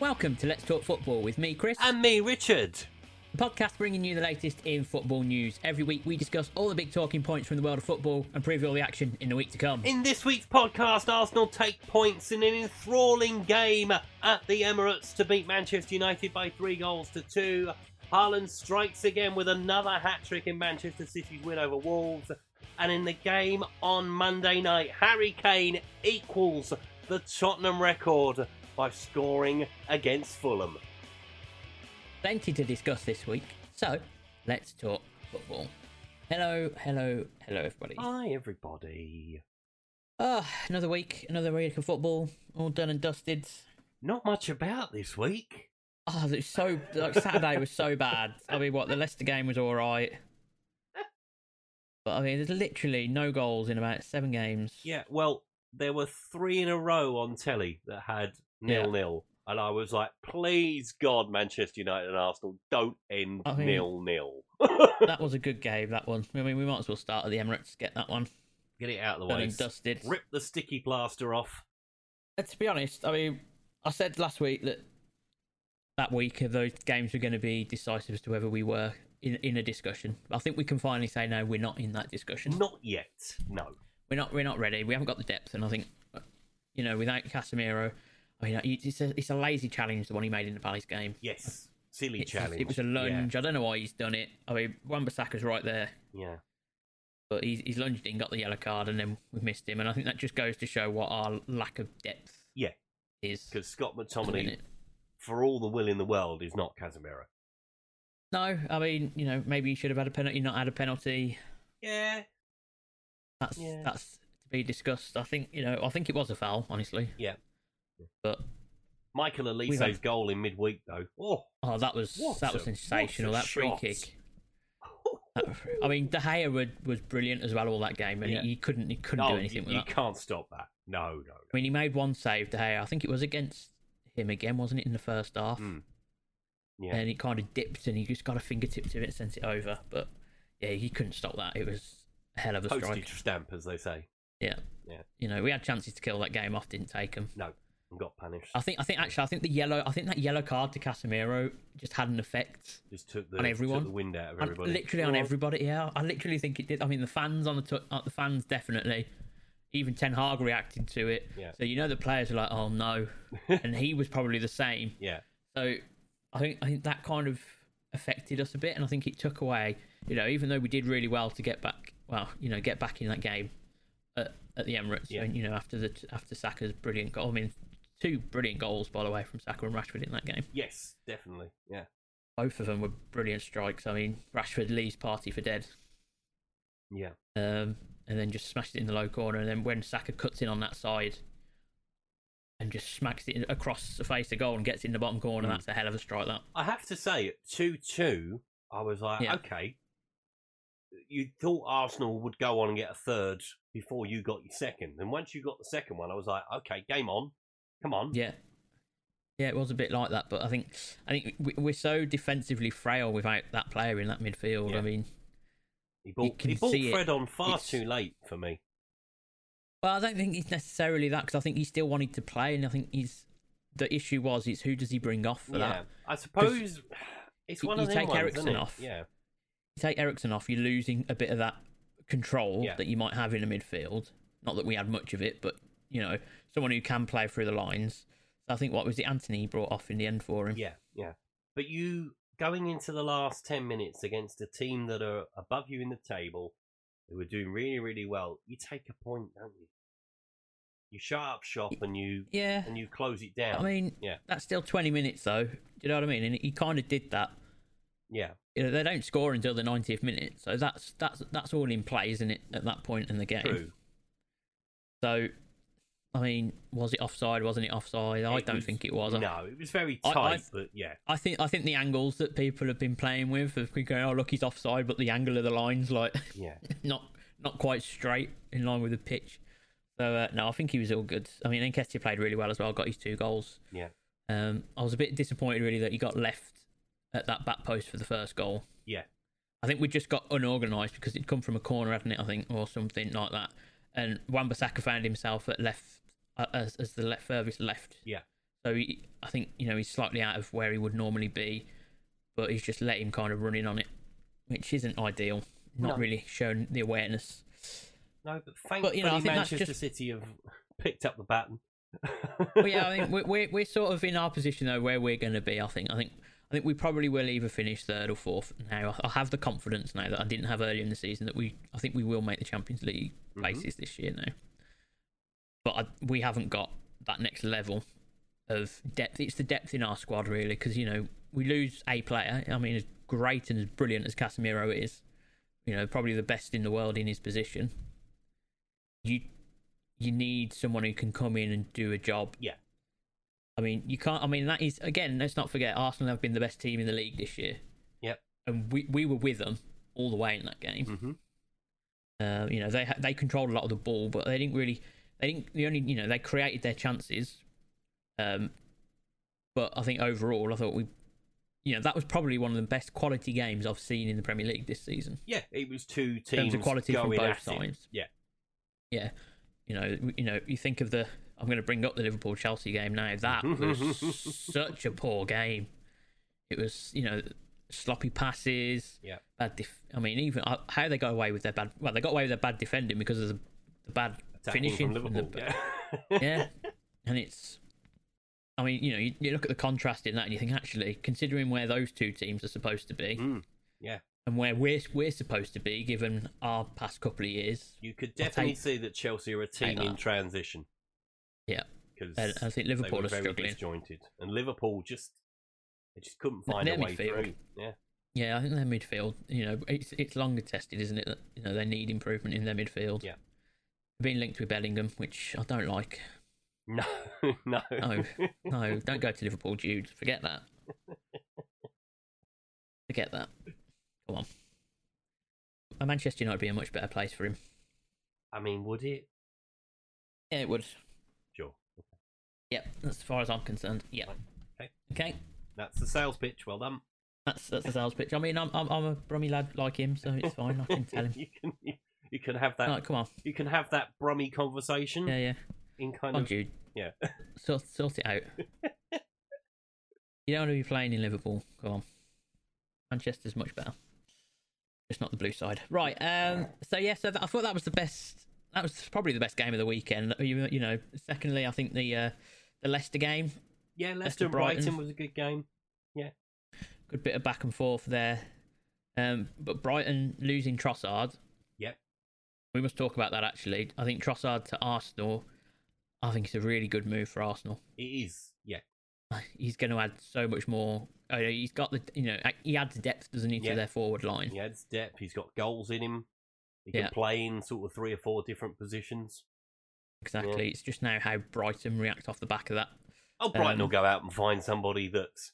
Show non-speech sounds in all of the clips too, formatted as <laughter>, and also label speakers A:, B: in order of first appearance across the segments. A: Welcome to Let's Talk Football with me, Chris.
B: And me, Richard.
A: The podcast bringing you the latest in football news. Every week we discuss all the big talking points from the world of football and preview all the action in the week to come.
B: In this week's podcast, Arsenal take points in an enthralling game at the Emirates to beat Manchester United by three goals to two. Haaland strikes again with another hat trick in Manchester City's win over Wolves. And in the game on Monday night, Harry Kane equals the Tottenham record by scoring against Fulham.
A: Plenty to discuss this week, so let's talk football. Hello, hello, hello, everybody.
B: Hi, everybody.
A: Ah, another week, another week of football, all done and dusted.
B: Not much about this week.
A: Oh, it was so like Saturday was so bad. I mean, what the Leicester game was all right, but I mean, there's literally no goals in about seven games.
B: Yeah, well, there were three in a row on telly that had
A: Yeah.
B: nil nil, and I was like, please God, Manchester United and Arsenal don't end
A: I think-
B: nil nil.
A: That was a good game. That one. I mean, we might as well start at the Emirates. Get that one
B: Get it out of the
A: done
B: way.
A: and dusted.
B: Rip the sticky plaster off.
A: Uh, to be honest, I mean, I said last week that that week of those games were going to be decisive as to whether we were in, in a discussion. I think we can finally say no, we're not in that discussion.
B: Not yet. No.
A: We're not we're not ready. We haven't got the depth, and I think uh, you know without Casemiro, I mean it's a it's a lazy challenge the one he made in the Palace game.
B: Yes. Silly
A: It's-
B: challenge.
A: It was a lunge. I don't know why he's done it. I mean, Wan Bissaka's right there,
B: Yeah. yeah.
A: but he's he's lunged in, got the yellow card, and then we missed him. And I think that just goes to show what our lack of depth
B: Yeah.
A: is.
B: Because Scott
A: at the
B: McTominay,
A: minute.
B: for all the will in the world, is not Casemiro.
A: No, I mean, you know, maybe he should have had a penalty, not had a penalty.
B: Yeah.
A: That's
B: Yeah.
A: that's to be discussed. I think, you know, I think it was a foul, honestly.
B: Yeah.
A: But
B: Michael Elise's
A: We've had-
B: goal in midweek, though. Oh.
A: oh, that was
B: What
A: that
B: a-
A: was sensational.
B: what a
A: That free
B: shot.
A: kick. That was- I mean, De Gea was, was brilliant as well all that game, and
B: Yeah.
A: he, he couldn't he couldn't
B: no,
A: do anything
B: you,
A: with
B: you
A: that.
B: can't stop that. No, no,
A: I mean, he made one save, De Gea. I think it was against him again, wasn't it, in the first half?
B: Mm. Yeah.
A: And he kind of dipped, and he just got a fingertip to it, and sent it over. But yeah, he couldn't stop that. It was a hell of a strike.
B: postage stamp, as they say.
A: Yeah.
B: Yeah.
A: You know, we had chances to kill that game off, didn't take them.
B: No, and got punished.
A: I think, I think actually, I think the yellow, I think that yellow card to Casemiro just had an effect
B: Just took the,
A: on everyone.
B: took the wind out of
A: on-
B: everybody.
A: literally on everybody. Yeah, I literally think it did. I mean, the fans on the tu- uh, the fans definitely, even Ten Hag reacted to it.
B: Yeah.
A: So you know the players are like, oh
B: <laughs>
A: no, and he was probably the same.
B: Yeah,
A: So I think I think that kind of affected us a bit, and I think it took away. You know, even though we did really well to get back, well, you know, get back in that game at, at the Emirates,
B: Yeah.
A: and you know, after the after Saka's brilliant goal, I mean, two brilliant goals by the way from Saka and Rashford in that game.
B: yes, definitely. Yeah,
A: Both of them were brilliant strikes. I mean, Rashford leaves party for dead,
B: yeah,
A: um, and then just smashed it in the low corner, and then when Saka cuts in on that side. And just smacks it across the face of goal and gets it in the bottom corner.
B: Mm.
A: That's a hell of a strike. That
B: I have to say, at 2 2, I was like,
A: Yeah.
B: okay, you thought Arsenal would go on and get a third before you got your second. And once you got the second one, I was like, okay, game on. Come on.
A: Yeah, yeah, it was a bit like that. But I think I think we- we're so defensively frail without that player in that midfield.
B: Yeah.
A: I mean,
B: he bought,
A: can
B: he bought
A: see it.
B: Fred on far
A: It's-
B: too late for me.
A: well, I don't think it's necessarily that because I think he still wanted to play, and I think he's the issue was it's who does he bring off for
B: yeah.
A: that.
B: I suppose <sighs> it's
A: you-
B: one
A: you
B: of them
A: take
B: ones,
A: Eriksen
B: isn't it?
A: off.
B: Yeah.
A: You take Ericsson off, you're losing a bit of that control
B: Yeah.
A: that you might have in the midfield. Not that we had much of it, but you know, someone who can play through the lines. So I think what was it Anthony he brought off in the end for him?
B: Yeah, yeah. But you going into the last ten minutes against a team that are above you in the table, who are doing really, really well, you take a point, don't you? You shut up shop and you
A: Yeah.
B: and you close it down.
A: I mean,
B: yeah,
A: that's still 20 minutes though. Do you know what I mean? And he kind of did that.
B: yeah,
A: you know, they don't score until the 90th minute, so that's that's that's all in play, isn't it? At that point in the game.
B: true.
A: So, I mean, was it offside? Wasn't it offside? I
B: It
A: don't
B: was-
A: think it was. I-
B: No, it was very
A: I- I-
B: tight, but yeah,
A: I think I think the angles that people have been playing with have been going, oh look, he's offside, but the angle of the line's like <laughs>
B: yeah,
A: not not quite straight in line with the pitch. So uh, no, I think he was all good. I mean, Enketia played really well as well. Got his two goals.
B: yeah,
A: Um, I was a bit disappointed really that he got left at that back post for the first goal.
B: yeah,
A: I think we just got unorganised because it'd come from a corner, hadn't it? I think, or something like that. And Wan-Bissaka found himself at left uh, as, as the left furthest left,
B: yeah.
A: So he, I think you know he's slightly out of where he would normally be, but he's just let him kind of run in on it, which isn't ideal. Not
B: No.
A: really shown the awareness.
B: No, but thankfully
A: But, you know, I think that's
B: Manchester
A: just-
B: City have <laughs> picked up the baton.
A: But yeah, I think we're, we're we're sort of in our position though where we're going to be. I think I think I think we probably will either finish third or fourth. Now I, I have the confidence now that I didn't have earlier in the season that we I think we will make the Champions League
B: Mhm.
A: places this year now. But I, we haven't got that next level of depth. It's the depth in our squad really because you know we lose a player. I mean, as great and as brilliant as Casemiro is, you know, probably the best in the world in his position. You you need someone who can come in and do a job.
B: Yeah.
A: I mean, you can't. I mean, that is again. Let's not forget, Arsenal have been the best team in the league this year.
B: Yep.
A: and we we were with them all the way in that game.
B: Mhm. Mm.
A: Uh, you know, they ha- they controlled a lot of the ball, but they didn't really. They didn't. The only you know they created their chances. Um, but I think overall, I thought we, you know, that was probably one of the best quality games I've seen in the Premier League this season.
B: Yeah, it was two teams
A: terms of quality from
B: going
A: both
B: at it.
A: sides.
B: Yeah,
A: yeah, you know, you know, you think of the. I'm going to bring up the Liverpool Chelsea game now. That
B: <laughs>
A: was such a poor game. It was, you know, sloppy passes.
B: yeah,
A: Bad. Def- I mean, even uh, how they got away with their bad. Well, they got away with their bad defending because of the, the bad
B: attacking
A: finishing.
B: from
A: and the-
B: Liverpool. yeah.
A: <laughs>
B: <laughs>
A: yeah, and it's. I mean, you know, you, you look at the contrast in that, and you think actually, considering where those two teams are supposed to be
B: Mm, yeah.
A: and where we're we're supposed to be, given our past couple of years,
B: You could
A: I'll
B: definitely
A: take-
B: see that Chelsea are a team
A: that.
B: in transition
A: yeah,
B: because
A: and I think
B: they
A: Liverpool
B: were
A: are
B: very
A: struggling.
B: disjointed, and Liverpool just they just couldn't find
A: Their
B: a way
A: midfield.
B: through. Yeah, <laughs>
A: Yeah, I think their midfield, you know, it's it's longer tested, isn't it? That you know they need improvement in their midfield.
B: Yeah.
A: being linked with Bellingham, which I don't like.
B: no, no,
A: No, <laughs> no, don't go to Liverpool, Jude. Forget that. Forget that. Come on. Uh, Manchester United would be a much better place for him.
B: <laughs> I mean, would it?
A: Yeah, it would.
B: Sure.
A: Yep, as far as I'm concerned. Yep.
B: Okay.
A: Okay.
B: That's the sales pitch. Well done. <laughs>
A: That's that's the sales pitch. I mean, I'm I'm, I'm a Brummy lad like him, so it's fine. I can tell him.
B: you can you, you can have that
A: All <laughs> right, come on.
B: you can have that brummy conversation
A: Yeah, yeah.
B: in kind
A: Come on,
B: of
A: Jude.
B: yeah. <laughs>
A: Sort, sort it out. you don't want to be playing in Liverpool. Come on. Manchester's much better. Just not the blue side. Right. Um, so, yeah, so that, I thought that was the best. That was probably the best game of the weekend. You, you know, secondly, I think the uh, the Leicester game,
B: yeah. Leicester,
A: Leicester
B: and Brighton.
A: Brighton.
B: was a good game.
A: good bit of back and forth there. Um, but Brighton losing Trossard.
B: Yep.
A: We must talk about that actually. I think Trossard to Arsenal. I think it's a really good move for Arsenal.
B: It is yeah
A: he's going to add so much more. Oh, no, he's got the you know he adds depth, doesn't he,
B: Yeah.
A: to their forward line?
B: he adds depth. He's got goals in him. He
A: Yeah.
B: can play in sort of three or four different positions.
A: Exactly. It's just now how Brighton react off the back of that.
B: Oh, Brighton
A: Um,
B: will go out and find somebody that's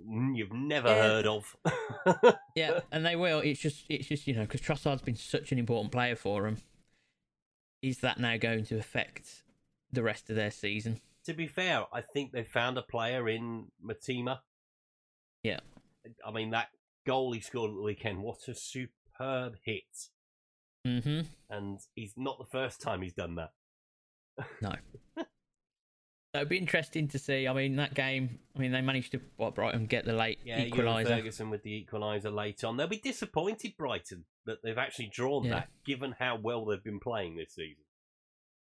B: n- you've never
A: Yeah.
B: heard of. <laughs>
A: Yeah, and they will. It's just it's just you know because Trossard's been such an important player for them. Is that now going to affect the rest of their season?
B: to be fair, I think they found a player in Matima.
A: Yeah.
B: I mean that goal he scored at the weekend. What a superb hit!
A: Mm-hmm.
B: And he's not the first time he's done that.
A: So it'd be interesting to see. I mean, that game. I mean, they managed to what Brighton get the late
B: Yeah, Ewan
A: equaliser.
B: Ferguson with the equaliser late on. They'll be disappointed, Brighton, that they've actually drawn
A: Yeah.
B: that, given how well they've been playing this season.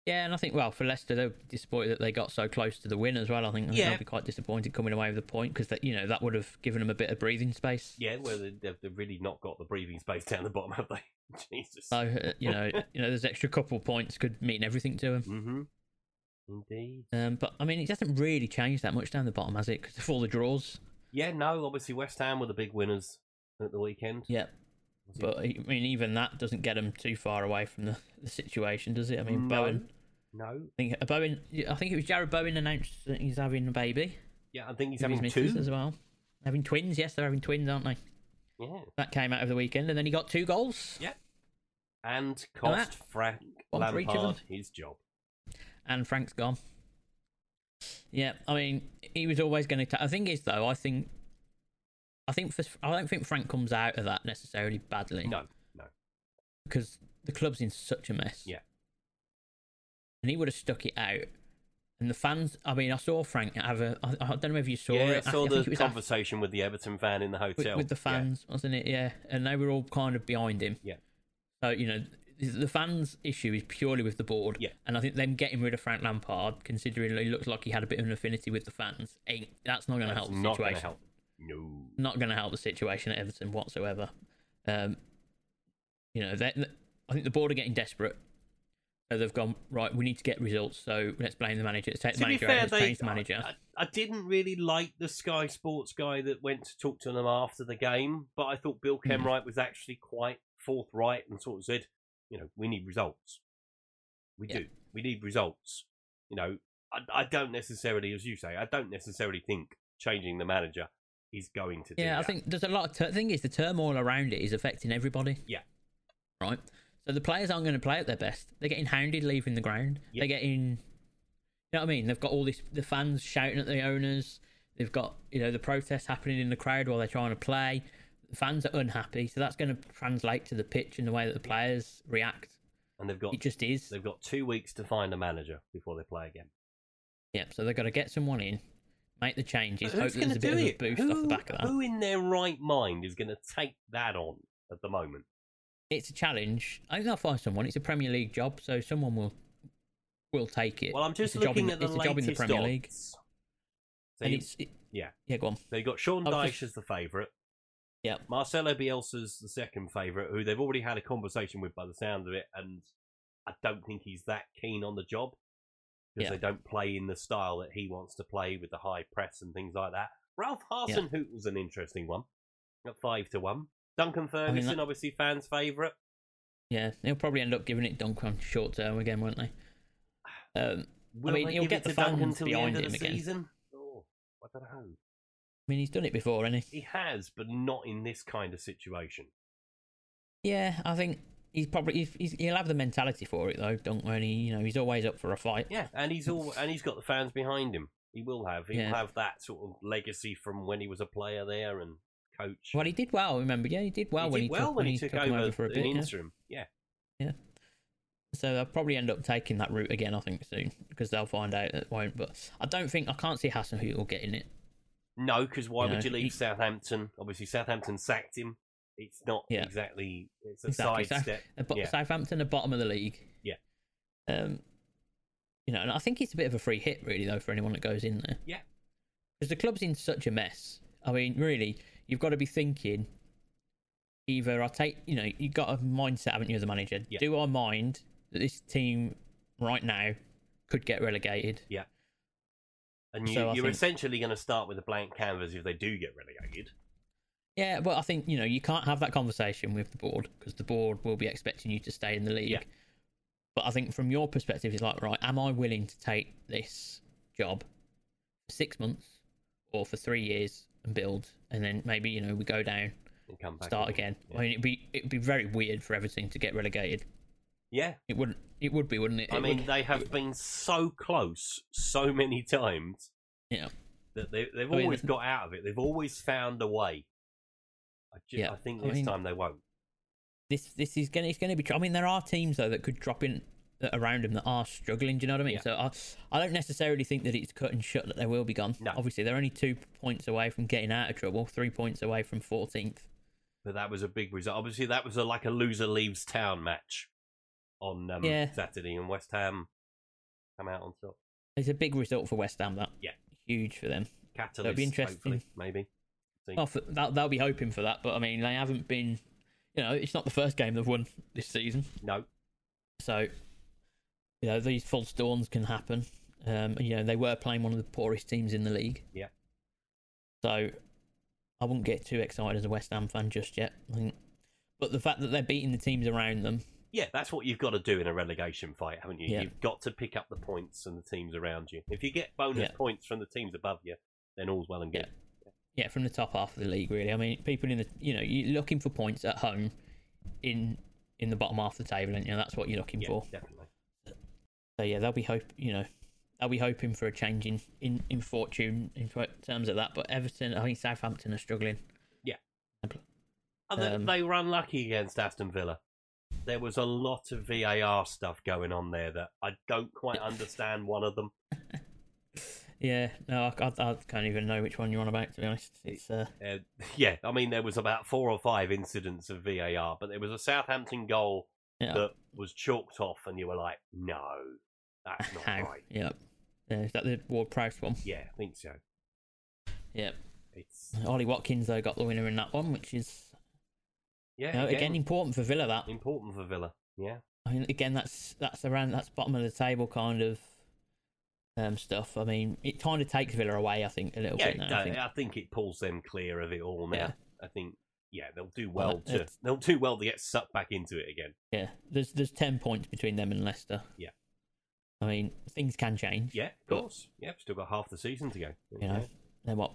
A: Yeah, and I think well for Leicester, they're disappointed that they got so close to the win as well. I think
B: Yeah.
A: they'll be quite disappointed coming away with a point because that you know that would have given them a bit of breathing space.
B: Yeah, well, they- they've, they've really not got the breathing space down the bottom, <laughs> have they? Jesus.
A: So uh, you know, <laughs> you know, those extra couple of points could mean everything to them.
B: Mm-hmm. Indeed.
A: Um, but I mean, it doesn't really change that much down the bottom, has it? Because of all the draws.
B: Yeah, no, obviously West Ham were the big winners at the weekend.
A: Yep. But I mean, even that doesn't get them too far away from the, the situation, does it? I mean,
B: No.
A: Bowen.
B: No.
A: I think uh, Bowen. I think it was Jared Bowen announced that he's having a baby.
B: Yeah, I think he's
A: with his
B: having
A: missus
B: two.
A: as well. Having twins, yes, they're having twins, aren't they?
B: Yeah.
A: That came out of the weekend, and then he got two goals.
B: And
A: Now that-
B: cost Frank
A: One for each of
B: Lampard his job.
A: and Frank's gone. Yeah, I mean, he was always going to. I think is though. I think, I think for, I don't think Frank comes out of that necessarily badly
B: No, no.
A: because the club's in such a mess.
B: Yeah.
A: and he would have stuck it out, And the fans, I mean, I saw Frank have a. I, I don't know if you saw
B: yeah,
A: it.
B: I saw
A: thi- I
B: the
A: think it was after-
B: conversation with the Everton fan in the
A: with,
B: hotel.
A: with the
B: Yeah.
A: fans, wasn't it? Yeah, and they were all kind of behind him.
B: Yeah.
A: So you know, th- the fans' issue is purely with the board.
B: Yeah.
A: And I think them getting rid of Frank Lampard, considering he looks like he had a bit of an affinity with the fans, ain't that's not going to
B: That's
A: help the
B: not
A: situation.
B: gonna help. No.
A: Not going to help the situation at Everton whatsoever. Um, you know, they- th- I think the board are getting desperate. So they've gone right. We need to get results. So let's blame the manager. Let's take the
B: to be
A: manager
B: fair,
A: out. Let's
B: they,
A: change the manager.
B: I, I didn't really like the Sky Sports guy that went to talk to them after the game, but I thought Bill
A: Hmm.
B: Kenwright was actually quite forthright and sort of said, you know, we need results. We
A: Yeah.
B: do. We need results. You know, I, I don't necessarily, as you say, I don't necessarily think changing the manager is going to do
A: Yeah, I
B: that.
A: think there's a lot of tur thing is the turmoil around it is affecting everybody.
B: Yeah.
A: Right. So the players aren't going to play at their best. They're getting hounded leaving the ground.
B: Yeah.
A: They're getting, you know what I mean? They've got all this the fans shouting at the owners. They've got you know the protests happening in the crowd while they're trying to play. The fans are unhappy, so that's going to translate to the pitch and the way that the players react.
B: and they've got
A: It just is.
B: they've got two weeks to find a manager before they play again.
A: Yep. So they've got to get someone in, make the changes.
B: But
A: hope
B: who's
A: that there's
B: going to
A: a bit of
B: do
A: a
B: it?
A: boost
B: who,
A: off the back of that.
B: who in their right mind is going to take that on at the moment?
A: it's a challenge. I think they'll find someone. It's a Premier League job, so someone will will take it.
B: Well, I'm just
A: it's a job in
B: looking
A: the,
B: at the
A: it's a
B: latest
A: job in the Premier
B: odds.
A: League,
B: So
A: and
B: you-
A: it's it,
B: yeah,
A: yeah, go on.
B: they got Sean
A: I've
B: Dyche
A: just-
B: as the favourite.
A: Yeah,
B: Marcelo Bielsa's the second favourite, who they've already had a conversation with by the sound of it, and I don't think he's that keen on the job because
A: Yeah.
B: they don't play in the style that he wants to play with the high press and things like that. Ralph Harson was an interesting one at five to one. Duncan Ferguson,
A: that-
B: obviously fans' favourite.
A: yeah, they'll probably end up giving it Dunk on short term again, won't they? Um,
B: Will
A: mean,
B: they
A: he'll
B: give
A: get
B: it
A: the
B: to Duncan
A: fans
B: till the end
A: behind
B: of the
A: him again.
B: season? Oh, I don't know.
A: I mean, he's done it before, hasn't he?
B: He has, but not in this kind of situation.
A: Yeah, I think he's probably he's, he's, he'll have the mentality for it though. Dunk, when he you know he's always up for a fight.
B: Yeah, and he's all and he's got the fans behind him. He will have. He'll
A: Yeah.
B: have that sort of legacy from when he was a player there and coach.
A: Well, he did well. Remember, yeah, he did well
B: he
A: when
B: did
A: he
B: well
A: took,
B: when he took,
A: him
B: over,
A: for a
B: an
A: bit. yeah.
B: interim. Yeah.
A: So they'll probably end up taking that route again, I think, soon because they'll find out it won't. But I don't think I can't see Hassan who will get in it.
B: No, because why
A: You
B: would
A: know,
B: you leave
A: he-
B: Southampton? Obviously, Southampton sacked him. It's not
A: Yeah.
B: exactly. It's a
A: Exactly. Sou-
B: sidestep.
A: uh, but
B: Yeah.
A: Southampton are bottom of the league.
B: Yeah.
A: Um, you know, and I think it's a bit of a free hit, really, though, for anyone that goes in there.
B: Yeah.
A: Because the club's in such a mess. I mean, really, you've got to be thinking either I take, you know, you've got a mindset, haven't you, as a manager?
B: Yeah.
A: Do I mind that this team right now could get relegated?
B: And you,
A: so I
B: you're
A: think-
B: essentially going to start with a blank canvas if they do get relegated.
A: Yeah, but I think you know you can't have that conversation with the board because the board will be expecting you to stay in the league.
B: Yeah.
A: But I think from your perspective, it's like, right, am I willing to take this job for six months or for three years and build, and then maybe you know we go down,
B: And come back
A: start again. I mean, it'd be it'd be very weird for everything to get relegated.
B: Yeah,
A: It wouldn't. It would be, wouldn't it?
B: I
A: It
B: mean,
A: would-
B: they have been so close so many <laughs> times
A: yeah.
B: that they, they've
A: I mean,
B: always
A: it-
B: got out of it. They've always found a way. I, ju-
A: Yeah,
B: I think
A: I
B: this
A: mean-
B: time they won't.
A: this this is gonna it's gonna be. tr- I mean, there are teams though that could drop in uh, around them that are struggling. Do you know what I mean?
B: Yeah.
A: So I I don't necessarily think that it's cut and shut that they will be gone.
B: No.
A: Obviously, they're only two points away from getting out of trouble, three points away from 14th.
B: But that was a big result. Obviously, that was a, like a loser leaves town match on um,
A: Yeah.
B: Saturday, and West Ham come out on top.
A: It's a big result for West Ham. That
B: Yeah.
A: huge for them.
B: Catalyst,
A: That'll be
B: hopefully,
A: interesting.
B: maybe. See.
A: Well, for, they'll, they'll be hoping for that, but I mean, they haven't been. You know, it's not the first game they've won this season.
B: No,
A: So, you know, these false dawns can happen. Um, and, you know, they were playing one of the poorest teams in the league.
B: Yeah.
A: So, I wouldn't get too excited as a West Ham fan just yet. I think. But the fact that they're beating the teams around them,
B: yeah, that's what you've got to do in a relegation fight, haven't you?
A: Yeah.
B: You've got to pick up the points from the teams around you. If you get bonus
A: Yeah.
B: points from the teams above you, then all's well and good.
A: yeah, from the top half of the league, really. I mean, people in the, you know, you're looking for points at home in in the bottom half of the table, and you know, that's what you're looking
B: Yeah,
A: for.
B: definitely.
A: So yeah, they'll be hope you know they'll be hoping for a change in in, in fortune in ter- terms of that. But Everton, I think Southampton are struggling.
B: Yeah.
A: They're
B: And they-
A: Um,
B: they were unlucky against Aston Villa. There was a lot of VAR stuff going on there that I don't quite understand. One of them,
A: Yeah, no, I, I, I can't even know which one you're on about. To be honest, it's uh,
B: Uh, <laughs> yeah, I mean, there was about four or five incidents of VAR, but there was a Southampton goal
A: yeah,
B: that was chalked off, and you were like, no, that's not
A: how?
B: right.
A: Yeah. yeah, is that the Ward Prowse one?
B: Yeah, I think so.
A: Yeah,
B: It's
A: Ollie Watkins though got the winner in that one, which is
B: yeah,
A: you know,
B: again,
A: again important for Villa. That
B: important for Villa. Yeah,
A: I mean, again, that's that's around that's bottom of the table kind of um stuff. I mean, it kind of takes Villa away, I think, a little
B: yeah.
A: bit now.
B: no,
A: I think.
B: it pulls them clear of it all now.
A: Yeah.
B: I think yeah, they'll do well to
A: it's-
B: they'll do well to get sucked back into it again.
A: Yeah, there's there's ten points between them and Leicester.
B: Yeah.
A: I mean things can change.
B: Yeah, of
A: But-
B: course. Yeah, still got half the season to go.
A: You know, then what?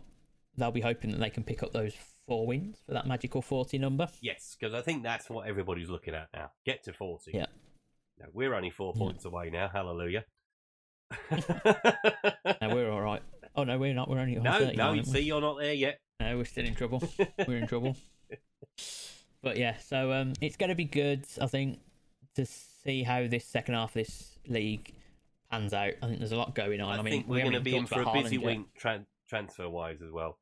A: They'll be hoping that they can pick up those four wins for that magical forty number.
B: Yes, because I think that's what everybody's looking at now. Get to 40.
A: Yeah.
B: No, we're only four
A: Yeah.
B: points away now.
A: <laughs>
B: Hallelujah. <laughs>
A: No, we're all right. Oh no, we're not. We're only on
B: no,
A: 39,
B: no,
A: aren't
B: you
A: we?
B: see, you're not there yet.
A: No, we're still in
B: <laughs>
A: trouble. we're in trouble. But yeah, so um, it's going to be good, I think, to see how this second half of this league pans out. I think there's a lot going on. I,
B: I,
A: mean,
B: think
A: we
B: we're
A: haven't
B: going to be
A: even
B: in for
A: talked
B: a
A: about
B: busy
A: Haaland yet.
B: week tran- transfer wise as well.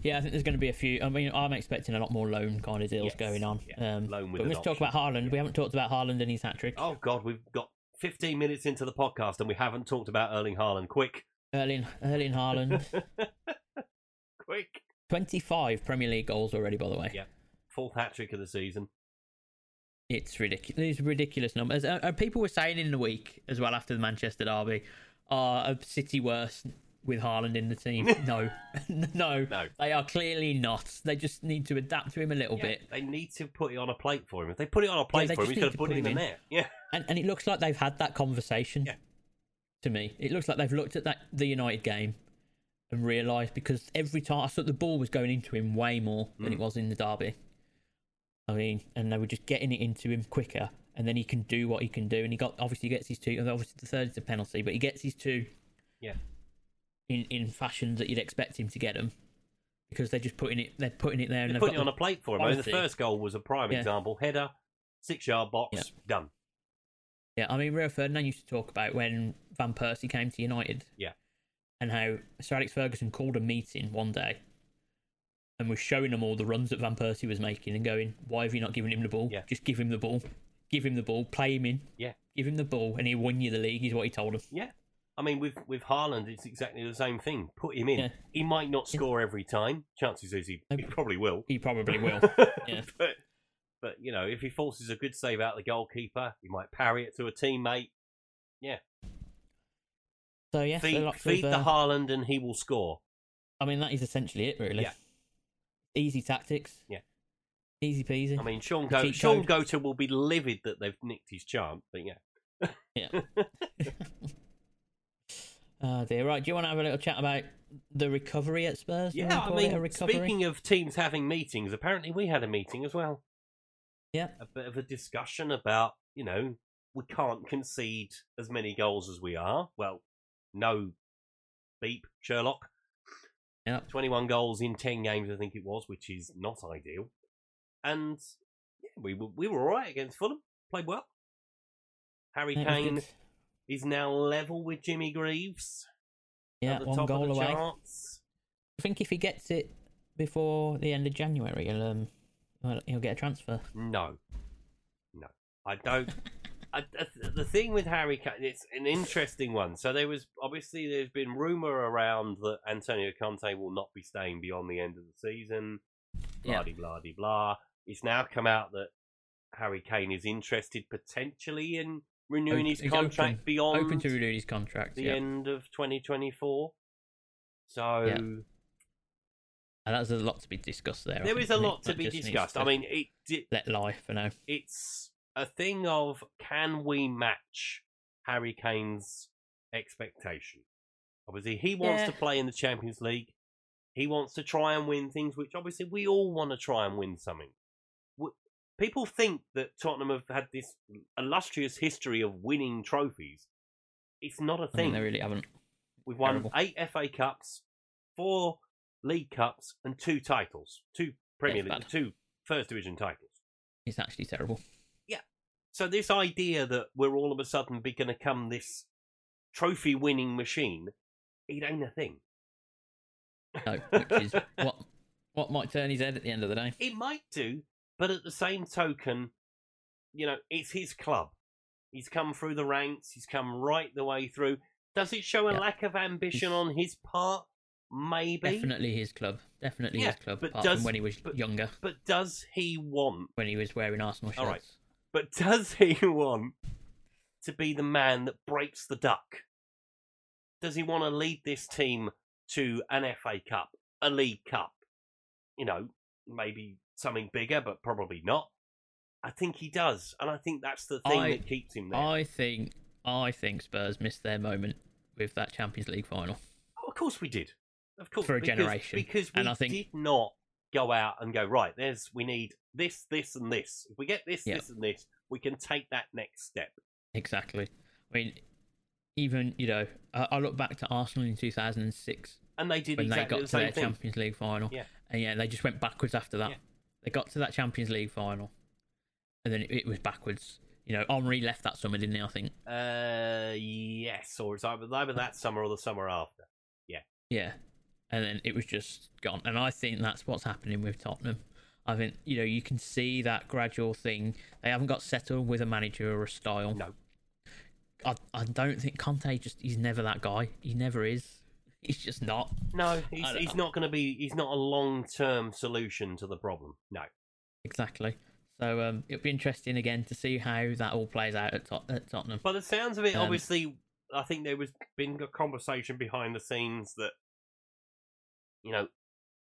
A: Yeah, I think there's going to be a few. I mean, I'm expecting a lot more loan kind of deals
B: Yes,
A: going on.
B: yeah,
A: Um,
B: loan with
A: but
B: an
A: let's talk
B: option.
A: about Haaland. We haven't talked about Haaland and his hat trick.
B: Oh, God, we've got 15 minutes into the podcast and we haven't talked about Erling Haaland. Quick,
A: Erling, Erling Haaland,
B: <laughs> quick.
A: 25 Premier League goals already, by the way.
B: Yeah. Fourth hat trick of the season.
A: It's ridiculous. These ridiculous numbers. Uh, uh, people were saying in the week as well after the Manchester derby, are a City worse with Haaland in the
B: <laughs>
A: team? no, <laughs> no,
B: No.
A: They are clearly not. They just need to adapt to him a little
B: Yeah,
A: bit.
B: They need to put it on a plate for him. If they put it on a plate
A: they
B: for him,
A: just
B: he's
A: need
B: going
A: to
B: put it
A: put
B: in the
A: him
B: net. Yeah.
A: And and it looks like they've had that conversation.
B: Yeah.
A: To me, it looks like they've looked at that the United game and realised because every time I thought the ball was going into him way more
B: Mm.
A: than it was in the derby. I mean, and they were just getting it into him quicker, and then he can do what he can do. And he got obviously he gets his two. and Obviously the third is a penalty, but he gets his two
B: Yeah.
A: in in fashion that you'd expect him to get them because they're just putting it they're putting it there and
B: They
A: they've
B: put
A: got
B: it on
A: the-
B: a plate for him. I mean, the
A: quality.
B: first goal was a prime
A: Yeah.
B: example. Header, six yard box,
A: Yeah.
B: done.
A: Yeah, I mean, Rio Ferdinand used to talk about when Van Persie came to United.
B: Yeah.
A: And how Sir Alex Ferguson called a meeting one day and was showing them all the runs that Van Persie was making and going, why have you not given him the ball?
B: Yeah.
A: Just give him the ball. Give him the ball. Play him in.
B: Yeah.
A: Give him the ball and he'll win you the league, is what he told him.
B: Yeah. I mean, with with Haaland, it's exactly the same thing. Put him in.
A: Yeah.
B: He might not score every time. Chances is he, he
A: Um,
B: probably will.
A: <laughs> He probably will.
B: <laughs>
A: Yeah.
B: but, but, you know, if he forces a good save out the goalkeeper, he might parry it to a teammate.
A: So, yeah. so
B: feed
A: lots
B: feed
A: of,
B: the
A: uh,
B: Haaland and he will score.
A: I mean, that is essentially it, really.
B: Yeah.
A: Easy tactics.
B: Yeah.
A: Easy peasy.
B: I mean, Sean,
A: The
B: Go-
A: cheat
B: Sean Gota will be livid that they've nicked his chance, but yeah.
A: oh, dear. Right. Do you want to have a little chat about the recovery at Spurs? Do you
B: Yeah,
A: wanna
B: I
A: call it a
B: mean,
A: recovery?
B: speaking of teams having meetings, apparently we had a meeting as well.
A: Yeah.
B: A bit of a discussion about, you know, we can't concede as many goals as we are. Well, no beep, Sherlock.
A: Yeah.
B: 21 goals in 10 games, I think it was, which is not ideal. And yeah, we were, we were all right against Fulham. Played well. Harry
A: That was
B: Kane
A: good.
B: is now level with Jimmy Greaves.
A: Yeah,
B: at the
A: one
B: top
A: goal
B: of the
A: away.
B: Charts.
A: I think if he gets it before the end of January, he'll um, well, he'll get a transfer.
B: No, no, I
A: <laughs>
B: don't. I, I- the thing with Harry Kane, it's an interesting one. So there was obviously there's been rumor around that Antonio Conte will not be staying beyond the end of the season. Blah
A: Yeah.
B: de blah de blah. It's now come out that Harry Kane is interested potentially in renewing
A: Open-
B: his
A: he's
B: contract
A: open-
B: beyond
A: Open to renew his contract.
B: the
A: Yeah,
B: end of 2024. So.
A: Yeah. and that's a lot to be discussed there. I
B: There
A: think,
B: is a
A: isn't it?
B: lot to
A: That
B: be
A: just needs
B: discussed. I
A: to
B: mean, it, it
A: let lie for now.
B: it's a thing of can we match Harry Kane's expectation? Obviously, he wants
A: Yeah.
B: to play in the Champions League. He wants to try and win things, which obviously we all want to try and win something. W- People think that Tottenham have had this illustrious history of winning trophies. It's not a
A: I think
B: thing.
A: they really haven't.
B: We've won
A: terrible.
B: eight FA Cups, four League Cups, and two titles, two Premier
A: it's
B: League,
A: bad.
B: two First Division titles.
A: It's actually terrible.
B: So this idea that we're all of a sudden be going to come this trophy-winning machine It ain't a thing.
A: No, which
B: <laughs>
A: is what what might turn his head at the end of the day.
B: It might do, but at the same token, you know, it's his club. He's come through the ranks, he's come right the way through. Does it show a
A: Yeah.
B: lack of ambition
A: He's-
B: on his part? Maybe.
A: Definitely his club. Definitely
B: Yeah,
A: his club.
B: but
A: apart
B: does-
A: from when he was
B: but-
A: younger,
B: But does he want
A: when he was wearing Arsenal shirts.
B: All right. but <laughs> does he want to be the man that breaks the duck? Does he want to lead this team to an FA Cup, a League Cup? You know, maybe something bigger, but probably not. I think he does, and I think that's the thing
A: I-
B: that keeps him there.
A: I think I think Spurs missed their moment with that Champions League final.
B: Oh, of course we did. Of course,
A: For a
B: because-
A: generation.
B: because we
A: And I think-
B: did not go out and go right. There's we need this, this, and this. If we get this,
A: Yeah.
B: this, and this, we can take that next step.
A: Exactly. I mean, even you know, I, I look back to Arsenal in 2006
B: And they did
A: when they
B: exactly
A: got
B: the
A: to their
B: same thing.
A: Champions League final.
B: Yeah.
A: And yeah, they just went backwards after that.
B: Yeah.
A: They got to that Champions League final, and then it, it was backwards. You know, Henri left that summer, didn't he? I think.
B: Uh, yes, or it's either, either that summer or the summer after.
A: Yeah. And then it was just gone. And I think that's what's happening with Tottenham. I think, you know, you can see that gradual thing. They haven't got settled with a manager or a style.
B: No.
A: I, I don't think Conte just, he's never that guy. He never is. <laughs> He's just not.
B: No, he's,
A: don't
B: he's
A: know.
B: not going to be. He's not a long-term solution to the problem. No,
A: Exactly. So um, it'll be interesting again to see how that all plays out at, Tot- at Tottenham.
B: by the sounds of it,
A: Um,
B: obviously, I think there was been a conversation behind the scenes that, you know,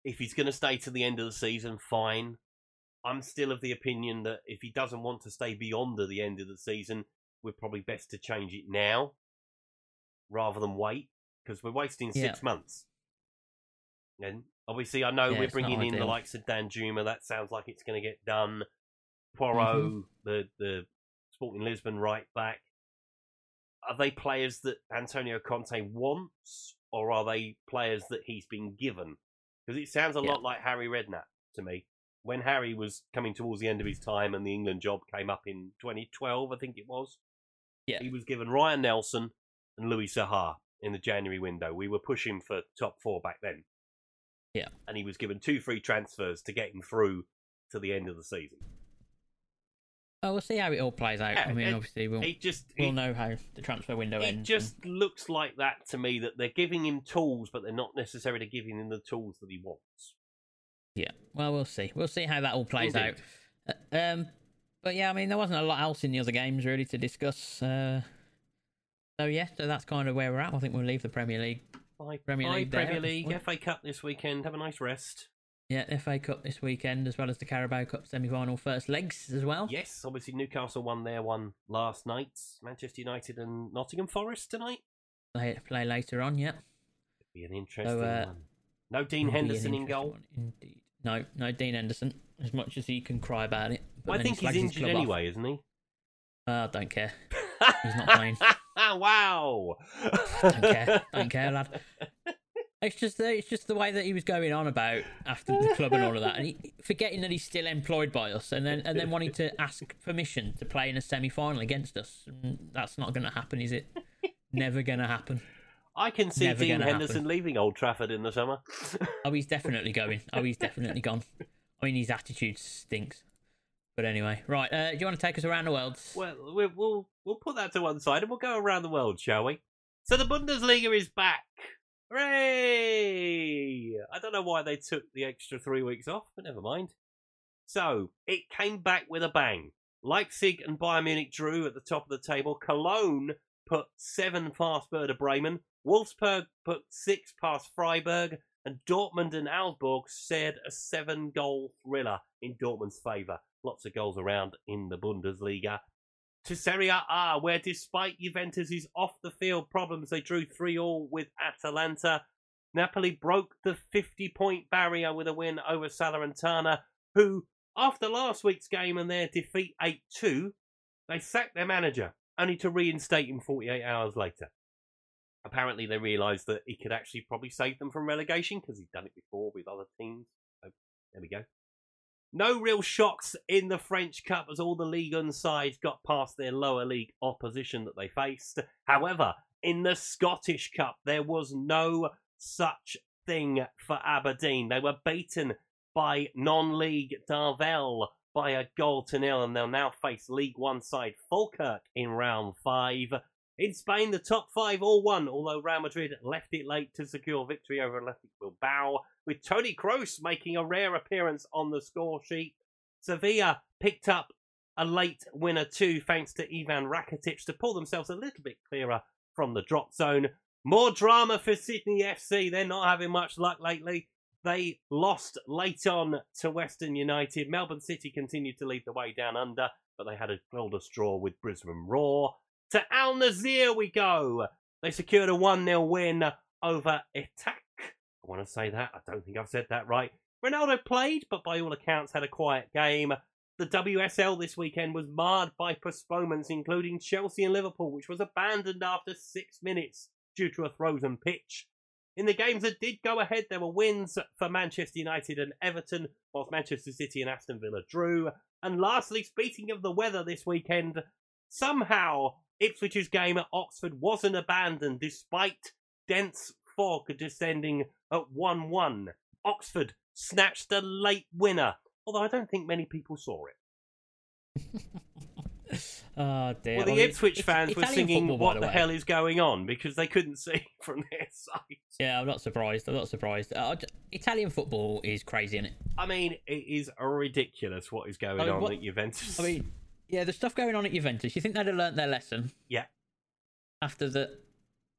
B: if he's going to stay to the end of the season, fine. I'm still of the opinion that if he doesn't want to stay beyond the end of the season, we're probably best to change it now rather than wait because we're wasting six
A: Yeah.
B: months. And obviously, I know
A: Yeah,
B: we're
A: it's not
B: bringing in the
A: ideal.
B: likes of Dan Juma. That sounds like it's going to get done.
A: Mm-hmm.
B: Poirot, the the Sporting Lisbon right back. Are they players that Antonio Conte wants, or are they players that he's been given? Because it sounds a
A: Yeah.
B: lot like Harry Redknapp to me. When Harry was coming towards the end of his time and the England job came up in 2012, I think it was,
A: Yeah.
B: he was given Ryan Nelson and Louis Sahar in the January window. We were pushing for top four back then.
A: Yeah.
B: And he was given two free transfers to get him through to the end of the season.
A: Well, we'll see how it all plays out.
B: Yeah,
A: I mean,
B: it-
A: obviously, we'll,
B: It just
A: we'll
B: it,
A: know how the transfer window
B: it
A: ends.
B: just
A: and-
B: looks like that to me that they're giving him tools, but they're not necessarily giving him the tools that he wants.
A: Yeah. Well, we'll see. We'll see how that all plays
B: Indeed.
A: out. Uh, Um, but yeah, I mean, there wasn't a lot else in the other games really to discuss. Uh, so yeah, so that's kind of where we're at. I think we'll leave the Premier League.
B: Bye,
A: Premier
B: bye,
A: League there
B: Premier
A: at this
B: League,
A: point.
B: FA Cup this weekend. Have a nice rest.
A: Yeah, FA Cup this weekend, as well as the Carabao Cup semi-final first legs as well.
B: Yes, obviously Newcastle won their one last night. Manchester United and Nottingham Forest tonight.
A: Play, play later on. Yeah.
B: Be an interesting
A: uh,
B: one. No Dean
A: Will be an
B: Henderson in
A: interesting
B: goal.
A: one Indeed. No, no Dean Henderson. As much as he can cry about it, but
B: Well, I
A: then he
B: think he's
A: slags his
B: injured
A: club off.
B: anyway, isn't he?
A: Uh, don't care. He's not playing.
B: <laughs> wow.
A: Don't care. Don't care, lad. It's just the, it's just the way that he was going on about after the club and all of that, and he, forgetting that he's still employed by us, and then and then wanting to ask permission to play in a semi final against us. Mm, That's not going to happen, is it? Never going to happen.
B: <laughs> I can see
A: Never
B: Dean
A: gonna
B: Henderson
A: happen.
B: leaving Old Trafford in the summer.
A: Oh, he's definitely going. Oh, he's definitely gone. I mean, his attitude stinks. But anyway, right? Uh, do you want to take us around the world?
B: Well, we- we'll we'll put that to one side and we'll go around the world, shall we? So the Bundesliga is back. Hooray! I don't know why they took the extra three weeks off, but never mind. So it came back with a bang. Leipzig and Bayern Munich drew at the top of the table. Cologne put seven past Werder Bremen. Wolfsburg put six past Freiburg. And Dortmund and Augsburg shared a seven goal thriller in Dortmund's favour. Lots of goals around in the Bundesliga. To Serie A, where despite Juventus' off the field problems, they drew 3 all with Atalanta. Napoli broke the 50 point barrier with a win over Salernitana, who, after last week's game and their defeat 8 2, they sacked their manager, only to reinstate him 48 hours later. Apparently, they realised that he could actually probably save them from relegation because he'd done it before with other teams. So, there we go. No real shocks in the French Cup as all the league sides got past their lower league opposition that they faced. However, in the Scottish Cup. There was no such thing for Aberdeen. They were beaten by non league Darvel by a goal to nil, and they'll now face League One side Falkirk in round five. In Spain, the top five all won, although Real Madrid left it late to secure victory over Athletic Bilbao, with Tony Kroos making a rare appearance on the score sheet. Sevilla picked up a late winner too, thanks to Ivan Rakitic, to pull themselves a little bit clearer from the drop zone. More drama for Sydney FC. They're not having much luck lately. They lost late on to Western United. Melbourne City continued to lead the way down under, but they had a goalless draw with Brisbane Roar. To Al Nazir we go. They secured a 1 0 win over Itak. I want to say that. I don't think I've said that right. Ronaldo played, but by all accounts had a quiet game. The WSL this weekend was marred by postponements, including Chelsea and Liverpool, which was abandoned after six minutes due to a frozen pitch. In the games that did go ahead, there were wins for Manchester United and Everton, whilst Manchester City and Aston Villa drew. And lastly, speaking of the weather this weekend, somehow Ipswich's game at Oxford wasn't abandoned despite dense fog descending at 1 1. Oxford snatched a late winner, although I don't think many people saw it.
A: Oh dear.
B: well, the
A: it's-
B: Ipswich
A: it's
B: fans were
A: Italian
B: singing,
A: football, by
B: What the,
A: way."
B: hell is going on? because they couldn't see <laughs> from their side.
A: Yeah, I'm not surprised. I'm not surprised. Uh, I d- Italian football is crazy, is it?
B: I mean, it is ridiculous what is going
A: I mean,
B: on
A: what-
B: at Juventus.
A: I mean, yeah, the stuff going on at Juventus. You think they'd have learnt their lesson
B: yeah.
A: after the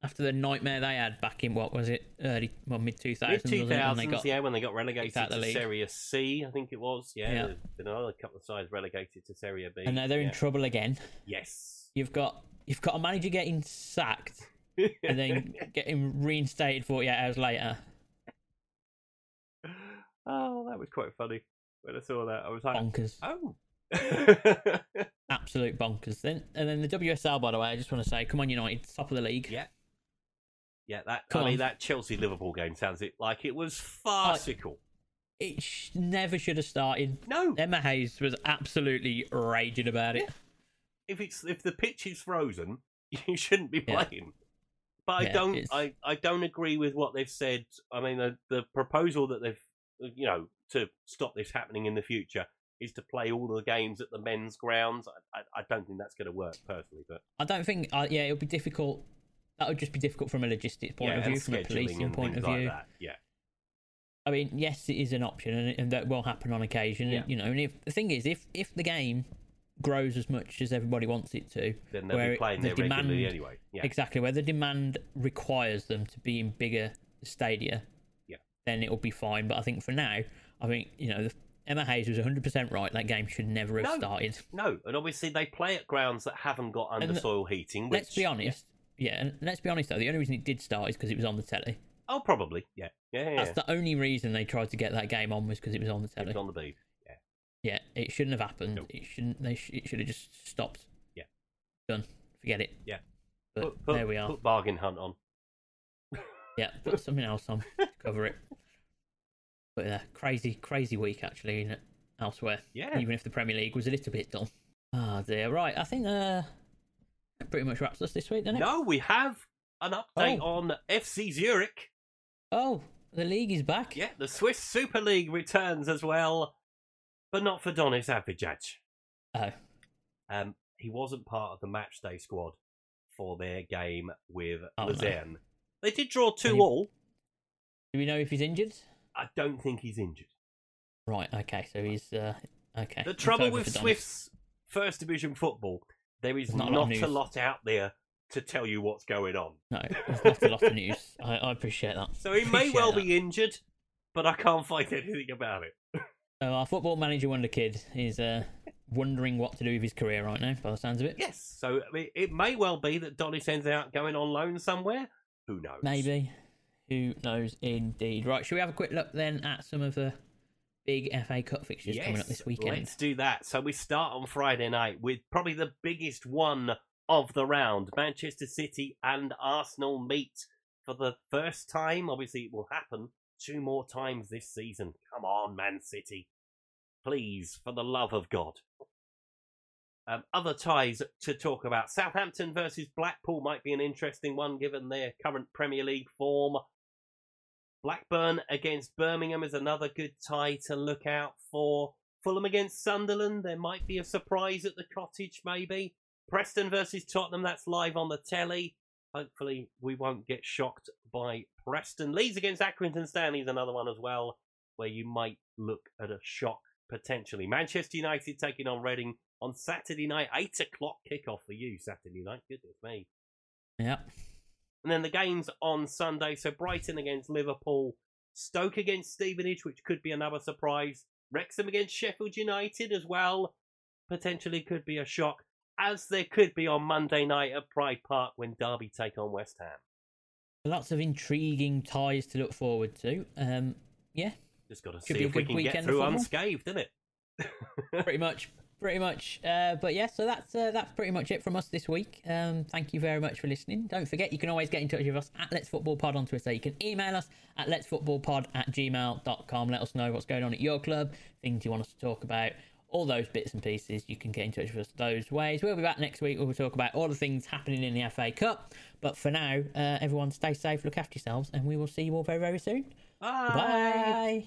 A: after the nightmare they had back in what was it early well mid two
B: Mid
A: thousands?
B: two
A: they
B: thousands,
A: got
B: yeah, when they got relegated
A: out the
B: to
A: league.
B: Serie C, I think it was. Yeah,
A: Yeah.
B: there's been another couple of sides relegated to Serie B.
A: and now they're in
B: yeah.
A: trouble again.
B: Yes.
A: You've got you've got a manager getting sacked <laughs> and then getting reinstated forty eight hours later.
B: <laughs> oh, that was quite funny when I saw that. I was like,
A: Bonkers.
B: oh. <laughs>
A: Absolute bonkers. Then and then the WSL by the way, I just want to say, come on United, top of the league.
B: yeah. Yeah, that
A: Come
B: I mean
A: on.
B: that Chelsea Liverpool game sounds it like it was farcical.
A: It sh- never should have started.
B: no,
A: Emma Hayes was absolutely raging about it.
B: if it's if the pitch is frozen, <laughs> you shouldn't be
A: Yeah.
B: playing. But I
A: Yeah,
B: don't
A: it's-
B: I, I don't agree with what they've said. I mean the, the proposal that they've you know to stop this happening in the future is to play all the games at the men's grounds. I, I, I don't think that's going to work personally, but
A: I don't think. Uh, yeah, it would be difficult. That would just be difficult from a logistics point
B: yeah,
A: of
B: and
A: view, from a
B: scheduling
A: policing
B: and
A: point
B: things
A: of
B: like
A: view.
B: that. Yeah,
A: I mean, yes, it is an option, and, it- and that will happen on occasion.
B: Yeah.
A: You know, and if the thing is, if if the game grows as much as everybody wants it to,
B: then they'll
A: where
B: be
A: it-
B: playing
A: the
B: there
A: demand
B: regularly anyway. Yeah,
A: exactly where the demand requires them to be in bigger stadia,
B: Yeah.
A: then it'll be fine. But I think for now, I think you know, the, Emma Hayes was 100 percent right. That game should never have
B: No.
A: started.
B: no, and obviously they play at grounds that haven't got
A: the-
B: undersoil heating. Which,
A: Let's be honest. Yeah, and let's be honest though. The only reason it did start is because it was on the telly.
B: Oh, probably. Yeah, yeah, yeah. yeah.
A: That's the only reason they tried to get that game on was because it was on the
B: It
A: telly.
B: was on the beat. Yeah.
A: Yeah, it shouldn't have happened.
B: Nope.
A: It shouldn't. They sh- it should have just stopped.
B: Yeah.
A: done. Forget it.
B: Yeah.
A: but
B: Put, put,
A: there we are.
B: Put bargain hunt on.
A: yeah, put something else on to cover
B: <laughs>
A: it. But yeah, crazy, crazy week actually in elsewhere.
B: Yeah.
A: even if the Premier League was a little bit dull. Ah dear. Right, I think uh, that pretty much wraps us this week, doesn't it?
B: No, we have an update
A: Oh.
B: on FC Zurich.
A: Oh, the league is back.
B: Yeah, the Swiss Super League returns as well, but not for Donis Avijaj.
A: Oh,
B: Um, he wasn't part of the match day squad for their game with
A: Oh, no.
B: Luzern. They did draw two
A: he-
B: all.
A: do we know if he's injured?
B: I don't think he's injured.
A: Right. Okay. So he's uh, okay.
B: The
A: it's
B: trouble
A: over
B: with
A: for Donis.
B: Swiss first division football, there is
A: There's not
B: not,
A: a lot of
B: a
A: news.
B: lot out there to tell you what's going on.
A: No, there's not a lot of news. I, I appreciate that.
B: So he may
A: Appreciate
B: well
A: that.
B: be injured, but I can't find anything about it.
A: So Uh, our football manager Wonder Kid is uh, wondering what to do with his career right now, by the sounds of it.
B: Yes. So I mean, it may well be that Donis ends out going on loan somewhere. Who knows?
A: Maybe. Who knows indeed. Right, shall we have a quick look then at some of the big FA Cup fixtures
B: Yes,
A: coming up this weekend?
B: Let's do that. So we start on Friday night with probably the biggest one of the round. Manchester City and Arsenal meet for the first time. Obviously, it will happen two more times this season. Come on, Man City. Please, for the love of God. Um, other ties to talk about. Southampton versus Blackpool might be an interesting one given their current Premier League form. Blackburn against Birmingham is another good tie to look out for. Fulham against Sunderland, there might be a surprise at the cottage, maybe. Preston versus Tottenham, that's live on the telly. Hopefully, we won't get shocked by Preston. Leeds against Accrington Stanley is another one as well, where you might look at a shock potentially. Manchester United taking on Reading on Saturday night, 8 o'clock kickoff for you, Saturday night. Goodness me.
A: Yeah.
B: And then the games on Sunday. So Brighton against Liverpool, Stoke against Stevenage, which could be another surprise. Wrexham against Sheffield United as well. Potentially could be a shock, as there could be on Monday night at Pride Park when Derby take on West Ham.
A: Lots of intriguing ties to look forward to. Um, yeah,
B: Just got to
A: Should be
B: see
A: a
B: if we
A: good
B: can get
A: weekend
B: through
A: for football.
B: unscathed, isn't it?
A: pretty much, pretty much. Uh, but yeah, so that's uh, that's pretty much it from us this week. Um, thank you very much for listening. Don't forget, you can always get in touch with us at Let's Football Pod on Twitter. You can email us at Let's Football Pod at gmail.com. Let us know what's going on at your club, things you want us to talk about. All those bits and pieces, you can get in touch with us those ways. We'll be back next week. We'll talk about all the things happening in the FA Cup. But for now, uh, everyone stay safe, look after yourselves, and we will see you all very, very soon.
B: Bye.
A: Bye.